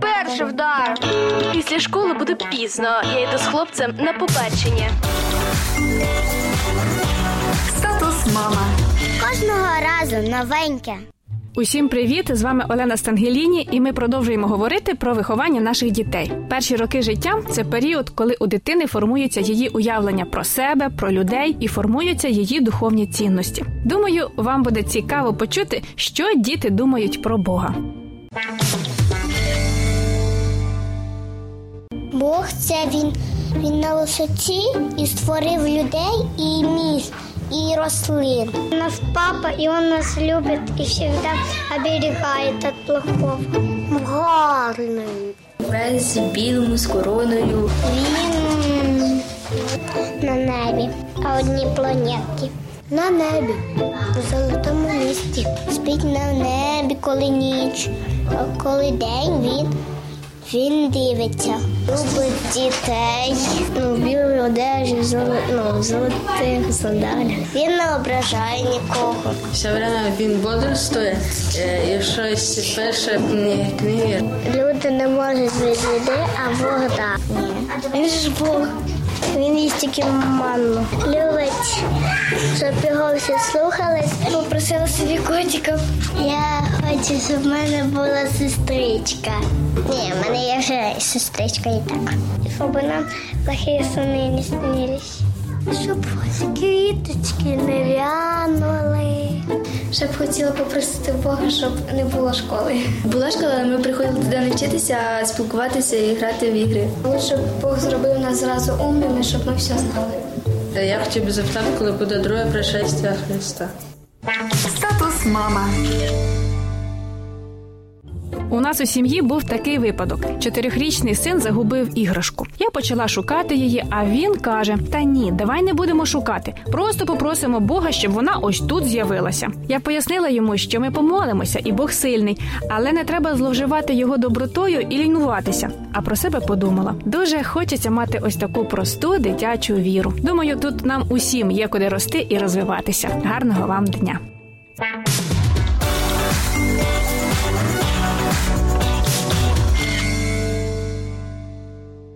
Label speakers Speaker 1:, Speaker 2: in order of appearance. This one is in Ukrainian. Speaker 1: перший вдар.
Speaker 2: Після школи буде пізно. Я йду з хлопцем на побачення.
Speaker 3: Статус мама.
Speaker 4: Кожного разу новеньке.
Speaker 5: Усім привіт! З вами Олена Стангеліні, і ми продовжуємо говорити про виховання наших дітей. Перші роки життя це період, коли у дитини формується її уявлення про себе, про людей і формуються її духовні цінності. Думаю, вам буде цікаво почути, що діти думають про Бога.
Speaker 4: Бог це він, він на висоті і створив людей і міст. І рослин. У нас папа, і він нас любить і завжди оберігає від плохого. Гарний.
Speaker 6: Весь в білому з короною.
Speaker 4: Він на небі, а одні планетки. На небі, в золотому місті. Спить на небі, коли ніч, а коли день він. Він дивиться, любить дітей, ну, в білій одежі, золо- ну, в золотих сандалях. Він не ображає нікого.
Speaker 6: Все время він бодрствує е, і щось перше книги.
Speaker 4: Люди не можуть без їди, а Бог так. Він ж Бог. Він їсть тільки манну. Любить, щоб його всі слухались. Попросила собі котиків. Я хочу, щоб в мене була сестричка. Ні, в мене є вже сестричка і так. Щоб нам плохі сни не снились. Щоб квіточки не вянули. Щоб хотіла попросити Бога, щоб не було школи.
Speaker 6: Була школа, але ми приходили туди не вчитися, а спілкуватися і грати в ігри.
Speaker 4: Лучше б Бог зробив нас зразу умними, щоб ми все знали.
Speaker 6: Е, Я хотів би запитати, коли буде друге пришестя Христа.
Speaker 3: Статус мама.
Speaker 5: У нас у сім'ї був такий випадок: чотирьохрічний син загубив іграшку. Я почала шукати її, а він каже: Та ні, давай не будемо шукати. Просто попросимо Бога, щоб вона ось тут з'явилася. Я пояснила йому, що ми помолимося, і Бог сильний, але не треба зловживати його добротою і лінуватися. А про себе подумала. Дуже хочеться мати ось таку просту дитячу віру. Думаю, тут нам усім є куди рости і розвиватися. Гарного вам дня!